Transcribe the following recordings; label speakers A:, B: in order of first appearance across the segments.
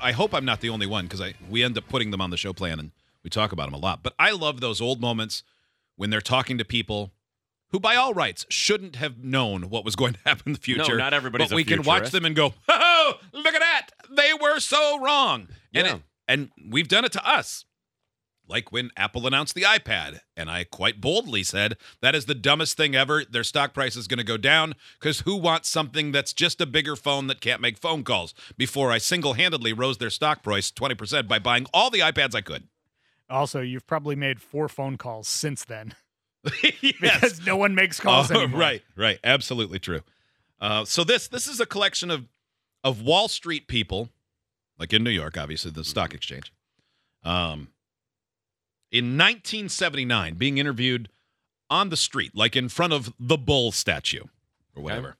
A: I hope I'm not the only one because I we end up putting them on the show plan and we talk about them a lot. But I love those old moments when they're talking to people who, by all rights, shouldn't have known what was going to happen in the future.
B: not everybody's
A: But
B: a
A: we can watch
B: futurist.
A: them and go, "Oh, look at that! They were so wrong." And
B: Yeah.
A: it, and we've done it to us. Like when Apple announced the iPad, and I quite boldly said, that is the dumbest thing ever. Their stock price is going to go down because who wants something that's just a bigger phone that can't make phone calls? Before I single handedly rose their stock price 20% by buying all the iPads I could.
C: Also, you've probably made four phone calls since then
A: yes.
C: because no one makes calls
A: Oh,
C: anymore.
A: Right, right, absolutely true. Uh, so this this is a collection of of Wall Street people, like in New York, obviously the stock exchange. Um, in 1979, being interviewed on the street, like in front of the bull statue or whatever,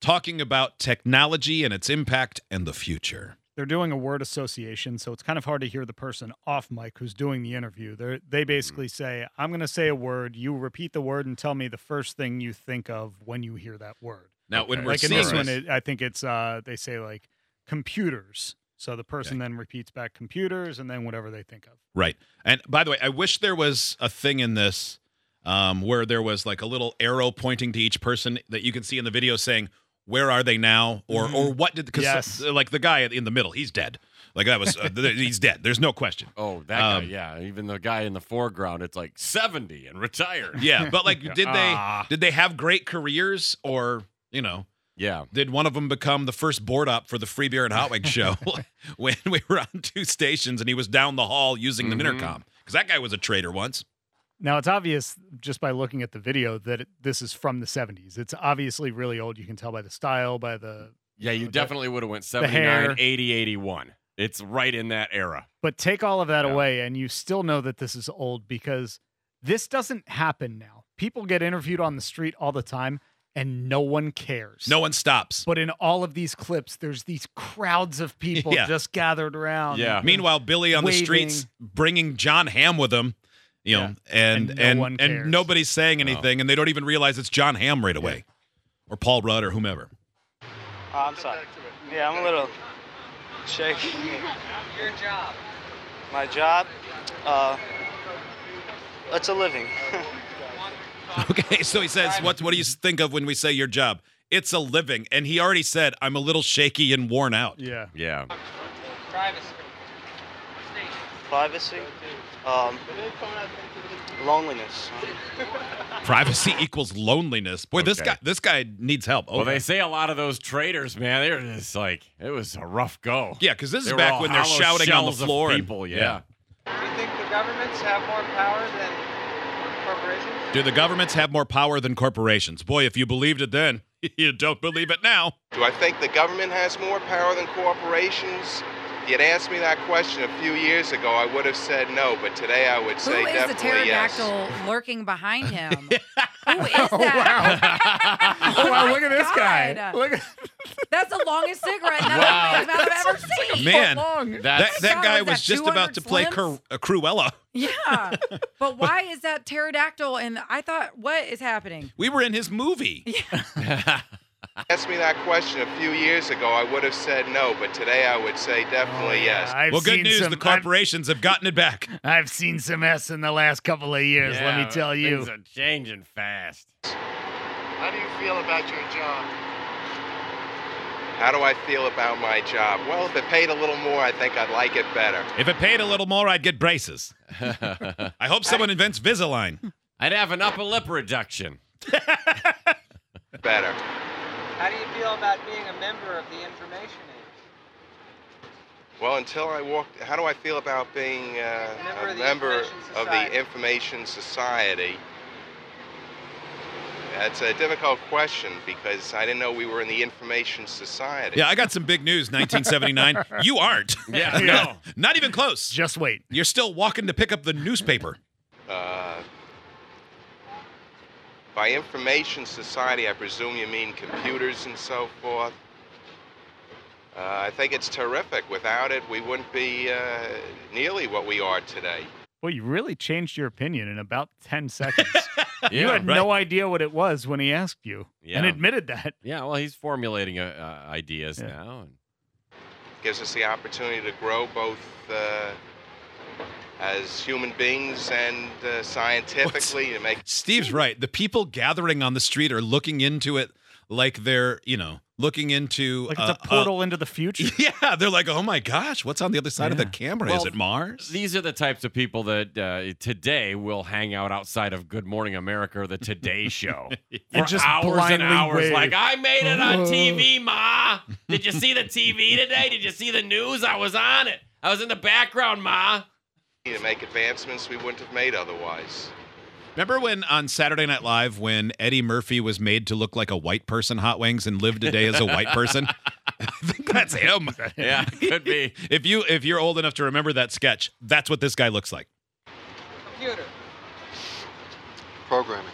A: talking about technology and its impact and the future.
C: They're doing a word association, so it's kind of hard to hear the person off mic who's doing the interview. They
A: Hmm.
C: they basically say, "I'm going to say a word. You repeat the word and tell me the first thing you think of when you hear that word."
A: Now, when
B: Okay.
A: we're
C: like in
A: seeing
C: this one, it, I think it's uh, they say like computers. So the person then repeats back computers and then whatever they think of.
A: Right. And by the way, I wish there was a thing in this um, where there was like a little arrow pointing to each person that you can see in the video saying, where are they now? Or, or what did, because
C: Mm-hmm. Yes.
A: like the guy in the middle, he's dead. Like that was, uh, th- he's dead. There's no question.
B: Oh, that
A: Um,
B: guy. Yeah, even the guy in the foreground. It's like seventy and retired.
A: Yeah. But like, did they,
C: Ah.
A: did they have great careers or, you know,
B: Yeah.
A: did one of them become the first board op for the Free Beer and Hot Wing show when we were on two stations and he was down the hall using
B: Mhm.
C: Mm-hmm.
A: an intercom? Because that guy was a traitor once.
C: Now it's obvious just by looking at the video that it, this is from the 70s. It's obviously really old. You can tell by the style, by the
B: Yeah, you
C: The-
B: definitely would have went
C: hair.
B: 79, 80, 81. It's right in that era.
C: But take all of that
B: Yeah.
C: away, and you still know that this is old because this doesn't happen now. People get interviewed on the street all the time, and no one cares.
A: No one stops.
C: But in all of these clips, there's these crowds of people
A: Yeah.
C: just gathered around.
B: Yeah.
A: Meanwhile, Billy on the
C: Waving.
A: streets bringing John Hamm with him, you know, and
C: And
A: and
C: no
A: and,
C: one cares.
A: nobody's saying anything, and they don't even realize it's John Hamm right away, or Paul Rudd or whomever.
D: Oh, I'm sorry. Yeah, I'm a little shaky.
E: Your job.
D: My job, uh, it's a living.
A: Okay, so he says, "What what do you think of when we say your job? It's a living." And he already said, "I'm a little shaky and worn out."
C: Yeah.
B: Yeah.
E: Privacy.
D: Privacy, um, loneliness.
A: Privacy equals loneliness. Boy, this
B: Okay.
A: guy this guy needs help.
B: Well,
A: Okay.
B: they say a lot of those traders, man, they're just like, it was a rough go.
A: yeah, because this
B: They
A: is
B: were
A: back
B: all
A: when they're
B: hollow
A: shouting on the
B: shells of
A: floor. and-
B: people, yeah.
E: Do you think the governments have more power than corporations?
A: Do the governments have more power than corporations? Boy, if you believed it then, you don't believe it now.
F: Do I think the government has more power than corporations? If you'd asked me that question a few years ago, I would have said no, but today I would
G: Who
F: say
G: is the
F: definitely yes.
G: pterodactyl lurking behind him? Who is that?
C: Oh, wow, look at this guy.
G: God.
C: Look at
G: That's the longest cigarette none
B: Wow.
G: of the things I've ever seen.
A: Man,
C: long.
A: That,
B: That's
A: that
G: God,
A: guy
G: was
A: was
G: that
A: just
G: 200
A: about to play Cru-
G: slims?
A: uh, Cruella.
G: Yeah. But why is that pterodactyl? And I thought, what is happening?
A: We were in his movie.
F: If you asked me that question a few years ago, I would have said no, but today I would say definitely Oh, yes.
C: I've
A: well, good
C: seen
A: news.
C: some-
A: the corporations have gotten it back.
C: I've, I've seen some S in the last couple of years, let me
B: Yeah,
C: tell you.
B: Things are changing fast.
F: How do you feel about your job? How do I feel about my job? Well, if it paid a little more, I think I'd like it better.
A: If it paid a little more, I'd get braces. I hope someone invents Visaline.
B: I'd have an upper lip reduction.
F: Better.
E: How do you feel about being a member of the information age?
F: Well, until I walked, how do I feel about being uh,
E: Member
F: a
E: of the
F: member
E: Information
F: of the
E: Society.
F: Information Society? That's a difficult question because I didn't know we were in the Information Society.
A: Yeah, I got some big news. 1979. you aren't.
B: Yeah,
A: no, not even close.
C: Just wait.
A: You're still walking to pick up the newspaper.
F: Uh, by Information Society, I presume you mean computers and so forth. Uh, I think it's terrific. Without it, we wouldn't be uh, nearly what we are today.
C: Well, you really changed your opinion in about 10 seconds. you
B: Yeah,
C: had no idea what it was when he asked you
B: Yeah.
C: and admitted that.
B: Yeah, well, he's formulating uh, uh, ideas
C: Yeah.
B: now. And
F: gives us the opportunity to grow both uh, as human beings and uh, scientifically to make
A: Steve's right. The people gathering on the street are looking into it like they're, you know, looking into
C: Like it's
A: uh,
C: a portal into the future.
A: yeah, they're like, oh my gosh, what's on the other side of the
C: Yeah.
A: camera? Is
B: Well,
A: it Mars?
B: These are the types of people that uh, today will hang out outside of Good Morning America or the Today Show for
C: And just
B: hours and
C: blindly
B: hours.
C: wave.
B: Like I made it on TV, Ma. Did you see the TV today? Did you see the news? I was on it. I was in the background, Ma.
F: to make advancements we wouldn't have made otherwise.
A: Remember when on Saturday Night Live when Eddie Murphy was made to look like a white person hot wings and lived a day as a white person? I think that's him.
B: Yeah, could be.
A: If you if you're old enough to remember that sketch, that's what this guy looks like.
E: Computer.
H: Programming.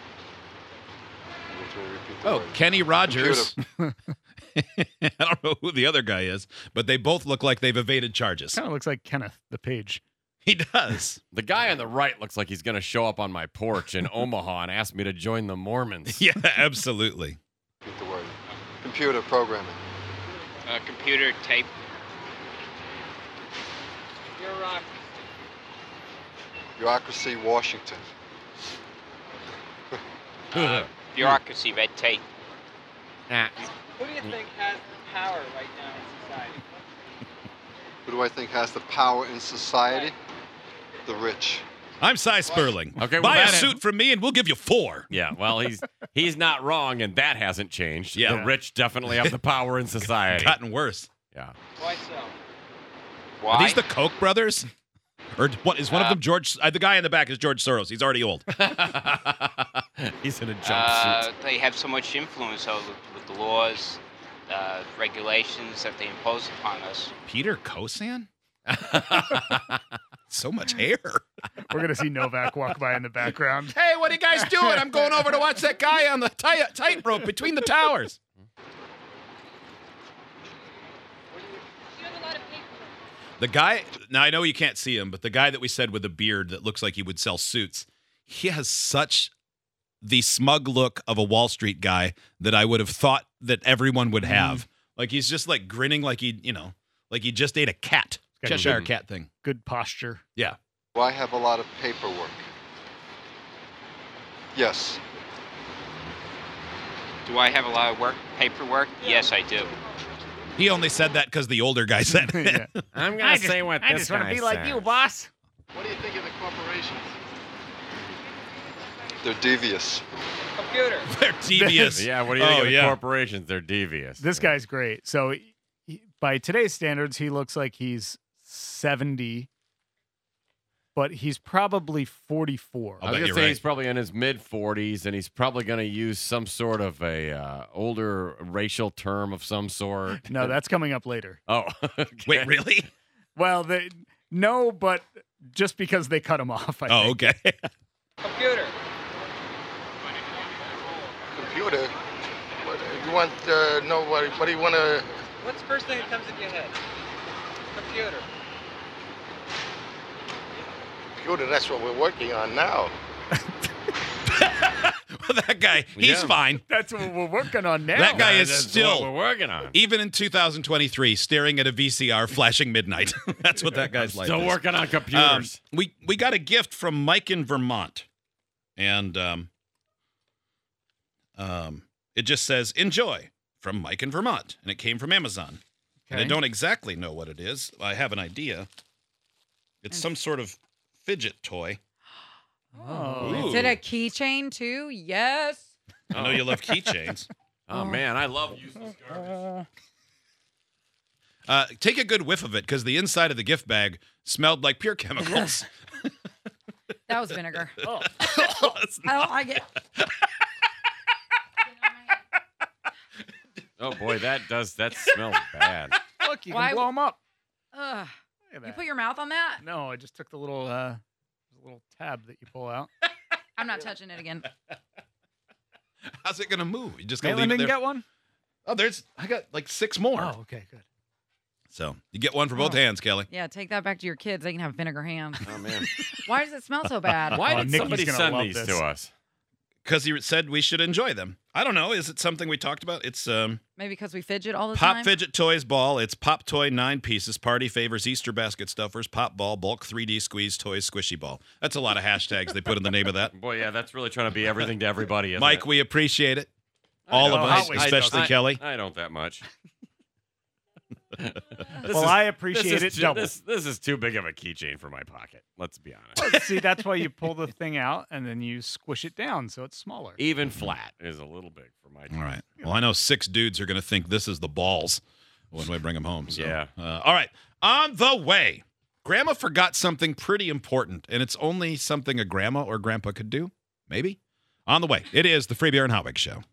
H: I'm going to repeat the
A: Oh,
H: word.
A: Kenny Rogers. I don't know who the other guy is, but they both look like they've evaded charges.
C: Kind of looks like Kenneth the page.
A: He does.
B: The guy on the right looks like he's going to show up on my porch in Omaha and ask me to join the Mormons.
A: Yeah, absolutely.
H: Repeat the word. Computer programming.
D: Uh, computer tape.
E: Your rock.
H: Bureaucracy, Washington.
D: Uh,
A: Hmm.
D: bureaucracy, red tape.
E: Who do you think has the power right now in society?
H: Who do I think has the power in society? The rich.
A: I'm Cy Sperling.
B: Okay, well,
A: buy a
B: that-
A: suit from me and we'll give you four.
B: Yeah, well, he's he's not wrong, and that hasn't changed.
A: Yeah.
B: The rich definitely have the power in society.
A: Gotten worse.
B: Yeah.
E: Why so?
D: Why?
A: Are these the Koch brothers? Or what is one of
D: Uh,
A: them George? Uh, the guy in the back is George Soros. He's already old.
B: he's in a jumpsuit.
D: uh, they have so much influence over with the laws, uh, regulations that they impose upon us.
A: Peter Kosan? So much hair.
C: We're gonna see Novak walk by in the background.
A: Hey, what are you guys doing? I'm going over to watch that guy on the ti- tightrope between the towers. The guy, now I know you can't see him, but the guy that we said with a beard that looks like he would sell suits, he has such the smug look of a Wall Street guy that I would have thought that everyone would have. Like he's just like grinning like he, you know, like he just ate a cat.
C: Got a
A: Cheshire
B: good-
A: cat thing.
C: Good posture.
H: Do I have a lot of paperwork? Yes.
D: Do I have a lot of work, paperwork? Yes, I do.
A: He only said that because the older guy said it.
C: Yeah.
B: I'm gonna say what this guy said.
E: boss.
H: What do you think of the corporations? They're devious.
E: Computer.
A: They're devious.
B: Yeah, what do you think
A: Oh,
B: of the
A: yeah.
B: corporations? They're devious.
C: This guy's great. So he, by today's standards, he looks like he's seventy, but he's probably forty-four.
A: I'll
B: I
A: bet
B: was gonna
A: you're
B: say
A: right.
B: he's probably in his mid 40s, and he's probably gonna use some sort of a uh, older racial term of some sort.
C: No, that's coming up later.
B: Oh, okay.
A: Wait, really?
C: Well, they, no, but just because they cut him off. I think.
A: Oh, okay.
E: Computer.
H: Computer? What, you want uh, know what, what do you want to?
E: What's the first thing that comes into your head? Computer.
H: Computer, that's what we're working on now.
A: well, that guy, he's
B: Yeah.
A: fine.
C: That's what we're working on now.
A: That guy
B: Yeah,
A: is
B: that's
A: still-
B: what we're working on.
A: Even in 2023, staring at a VCR flashing midnight. That's what that guy's like.
B: Still
A: is.
B: working on
A: Um,
B: computers.
A: we we got a gift from Mike in Vermont, and um, um, it just says "Enjoy" from Mike in Vermont, and it came from Amazon. And I
C: Okay.
A: don't exactly know what it is. I have an idea. It's
C: Mm.
A: some sort of fidget toy.
C: Oh.
G: Is it a keychain too? Yes.
A: I know you love keychains.
B: oh man, I love useless garbage.
A: Uh, take a good whiff of it because the inside of the gift bag smelled like pure chemicals.
G: That was vinegar.
C: Oh.
G: I don't like it.
B: Oh boy, that does that smells bad.
C: Look, you
G: Why-
C: can blow him up. Look
G: Ugh.
C: at
G: You
C: that.
G: put your mouth on that?
C: no, I just took the little uh, little tab that you pull out.
G: I'm not touching it again.
A: How's it gonna move? You just gonna
C: Maitland
A: leave it
C: didn't
A: there?
C: get one.
A: oh, there's I got like six more.
C: Oh, okay, good.
A: So you get one for both hands, Kelly.
G: Yeah, take that back to your kids. They can have vinegar hands.
B: Oh man,
G: Why does it smell so bad?
B: why
C: Oh,
B: did
C: Nikki's
B: somebody
C: gonna
B: send
C: love
B: these
C: this.
B: to us?
A: because he said we should enjoy them. I don't know. Is it something we talked about? It's um,
G: Maybe because we fidget all the
A: Pop
G: time.
A: Fidget Toys Ball. It's Pop Toy Nine Pieces, Party Favors, Easter Basket Stuffers, Pop Ball, Bulk 3D Squeeze, Toys Squishy Ball. That's a lot of hashtags they put in the name of that.
B: Boy, yeah, that's really trying to be everything to everybody. Isn't
A: Mike,
B: it?
A: we appreciate it. All of
B: know.
A: us,
B: I- I don't-
A: especially
B: I-
A: Kelly.
B: I don't that much. This
C: well,
B: is-
C: I
B: this
C: appreciate
B: is
C: it
B: too-
C: double.
B: This, this is too big of a keychain for my pocket. Let's be honest.
C: See, that's why you pull the thing out and then you squish it down so it's smaller.
B: Even flat is a little big for my.
A: All right. Well, I know six dudes are going to think this is the balls when we bring them home. So.
B: Yeah.
A: Uh, all right. On the way, Grandma forgot something pretty important, and it's only something a grandma or grandpa could do. Maybe. On the way, it is the Free Beer and Hotwig Show.